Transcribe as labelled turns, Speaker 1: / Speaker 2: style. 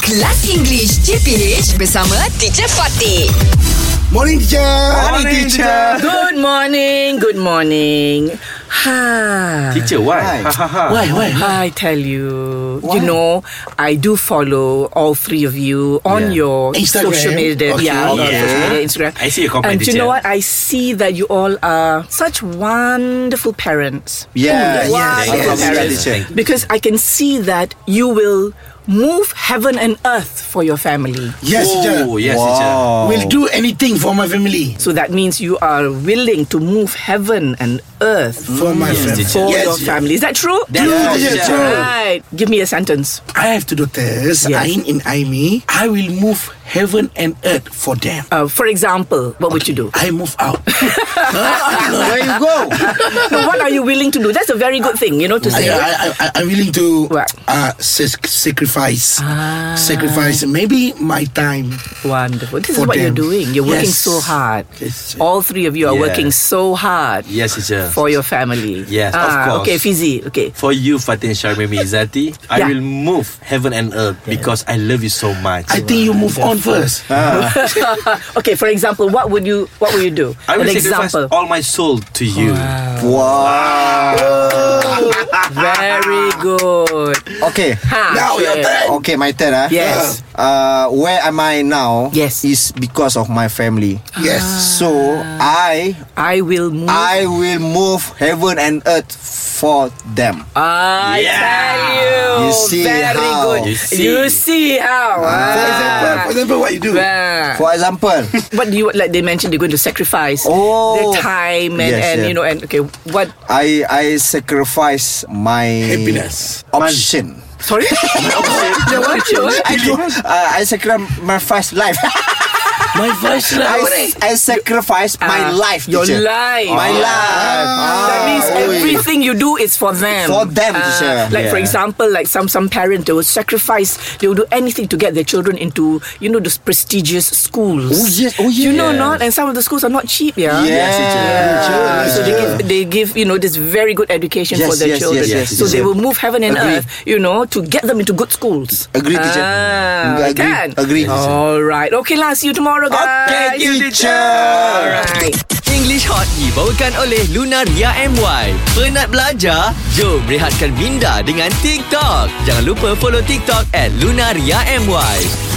Speaker 1: Kelas English CPH bersama Teacher Fatih.
Speaker 2: Morning teacher
Speaker 3: Morning, teacher.
Speaker 4: Good morning, good morning. Ha.
Speaker 3: Teacher, why?
Speaker 2: Why?
Speaker 3: Ha, ha, ha.
Speaker 4: Why, why, I tell you,
Speaker 2: Why?
Speaker 4: you know, I do follow all three of you on
Speaker 3: Yeah.
Speaker 4: your
Speaker 2: Instagram.
Speaker 4: social media.
Speaker 2: Okay.
Speaker 4: Yeah, on your
Speaker 3: Yeah.
Speaker 4: social media, Instagram.
Speaker 3: I see your comment,
Speaker 4: And do you
Speaker 3: teacher.
Speaker 4: know what? I see that you all are such wonderful parents.
Speaker 2: Yes,
Speaker 3: Thank
Speaker 4: Wonderful
Speaker 3: you,
Speaker 2: yes,
Speaker 3: teacher.
Speaker 4: parents.
Speaker 2: teacher.
Speaker 4: Because I can see that you will move heaven and earth for your family.
Speaker 5: Yes, teacher.
Speaker 3: Oh, yes, teacher.
Speaker 5: Will do anything for my family.
Speaker 4: So that means you are willing to move heaven and earth
Speaker 5: For my family.
Speaker 4: for
Speaker 5: Mm. Yes,
Speaker 4: your family. Is that true?
Speaker 3: That's
Speaker 5: True,
Speaker 3: all,
Speaker 5: teacher,
Speaker 3: teacher.
Speaker 5: true.
Speaker 4: Right. Give me a sentence.
Speaker 5: I have to do this.
Speaker 4: Yes.
Speaker 5: Ain in I me. I will move heaven and earth for them.
Speaker 4: Uh, for example, what would you do?
Speaker 5: I move out.
Speaker 2: Where you go?
Speaker 4: what are you willing to do? That's a very good thing, you know, to
Speaker 5: I,
Speaker 4: say.
Speaker 5: I, I, I'm willing to
Speaker 4: What?
Speaker 5: uh, sac- sacrifice. Sacrifice maybe my time.
Speaker 4: "Oh, Wonderful. This is
Speaker 5: For
Speaker 4: what you're
Speaker 5: them.
Speaker 4: doing. You're working
Speaker 5: Yes.
Speaker 4: so hard.
Speaker 5: Yes, sir.
Speaker 4: All three of you are
Speaker 3: Yeah.
Speaker 4: working so hard
Speaker 3: Yes, teacher.
Speaker 4: for your family.
Speaker 3: Yes, of
Speaker 4: Ah,
Speaker 3: course.
Speaker 4: Okay, Fizi. Okay.
Speaker 3: For you, Fatin Sharmimi Izzati, I
Speaker 4: Yeah.
Speaker 3: will move heaven and earth because I love you so much.
Speaker 5: I think you move on first.
Speaker 4: okay, for example, what would you what would you do?
Speaker 3: I will
Speaker 4: An
Speaker 3: sacrifice
Speaker 4: example.
Speaker 3: all my soul to you.
Speaker 2: Wow
Speaker 4: Very good.
Speaker 2: Okay
Speaker 4: Ha,
Speaker 5: Now your
Speaker 4: okay.
Speaker 5: turn.
Speaker 2: Okay my turn ah.
Speaker 4: Yes.
Speaker 2: uh, Where am I now
Speaker 4: Yes. Ah.
Speaker 2: Is because of my family
Speaker 5: Yes.
Speaker 2: So I
Speaker 4: I will move.
Speaker 2: I will move heaven and earth for them
Speaker 4: I
Speaker 3: Yeah.
Speaker 4: tell you.
Speaker 2: You see
Speaker 4: very
Speaker 2: how.
Speaker 4: good.
Speaker 3: You see.
Speaker 4: see how.
Speaker 5: For example, for example, what you do?
Speaker 4: Ah.
Speaker 2: For example
Speaker 4: What do you like? They mentioned they're going to sacrifice
Speaker 2: Oh.
Speaker 4: their time and,
Speaker 2: Yes,
Speaker 4: and
Speaker 2: yeah.
Speaker 4: you know and okay. What?
Speaker 2: I I sacrifice my
Speaker 5: Happiness.
Speaker 2: Option
Speaker 4: Sorry. The what? The what?
Speaker 2: I, uh, I sacrifice my first life
Speaker 5: My voice
Speaker 2: I,
Speaker 5: loud.
Speaker 2: I sacrifice
Speaker 4: Ah,
Speaker 2: my life
Speaker 4: Your
Speaker 2: teacher.
Speaker 4: life. Ah.
Speaker 2: My life
Speaker 4: That
Speaker 2: Ah,
Speaker 4: means
Speaker 2: oi.
Speaker 4: everything you do is for them.
Speaker 2: For them,
Speaker 4: Ah,
Speaker 2: teacher.
Speaker 4: like for
Speaker 3: Yeah.
Speaker 4: example, like some some parent they will sacrifice, they will do anything to get their children into you know those prestigious schools.
Speaker 2: Oh, yes. Oh,
Speaker 4: You know
Speaker 3: yes.
Speaker 4: not, and some of the schools are not cheap, yeah.
Speaker 2: Yes, teacher.
Speaker 4: Yeah.
Speaker 2: Yes,
Speaker 4: So they
Speaker 2: teacher.
Speaker 4: give, they give you know this very good education
Speaker 2: Yes,
Speaker 4: for their
Speaker 2: yes,
Speaker 4: children.
Speaker 2: yes, yes,
Speaker 4: so they
Speaker 2: teacher.
Speaker 4: will move heaven and
Speaker 2: Agree.
Speaker 4: earth, you know, to get them into good schools.
Speaker 2: Agree, teacher.
Speaker 4: Ah,
Speaker 2: Agree,
Speaker 4: Kan?
Speaker 2: agree, teacher.
Speaker 4: All right. Okay lah. See you tomorrow, guys.
Speaker 2: Okay, teacher.
Speaker 4: All right.
Speaker 6: English Hot dibawakan oleh Lunaria MY. Penat belajar? Jom rehatkan minda dengan TikTok. Jangan lupa follow TikTok at Lunaria MY.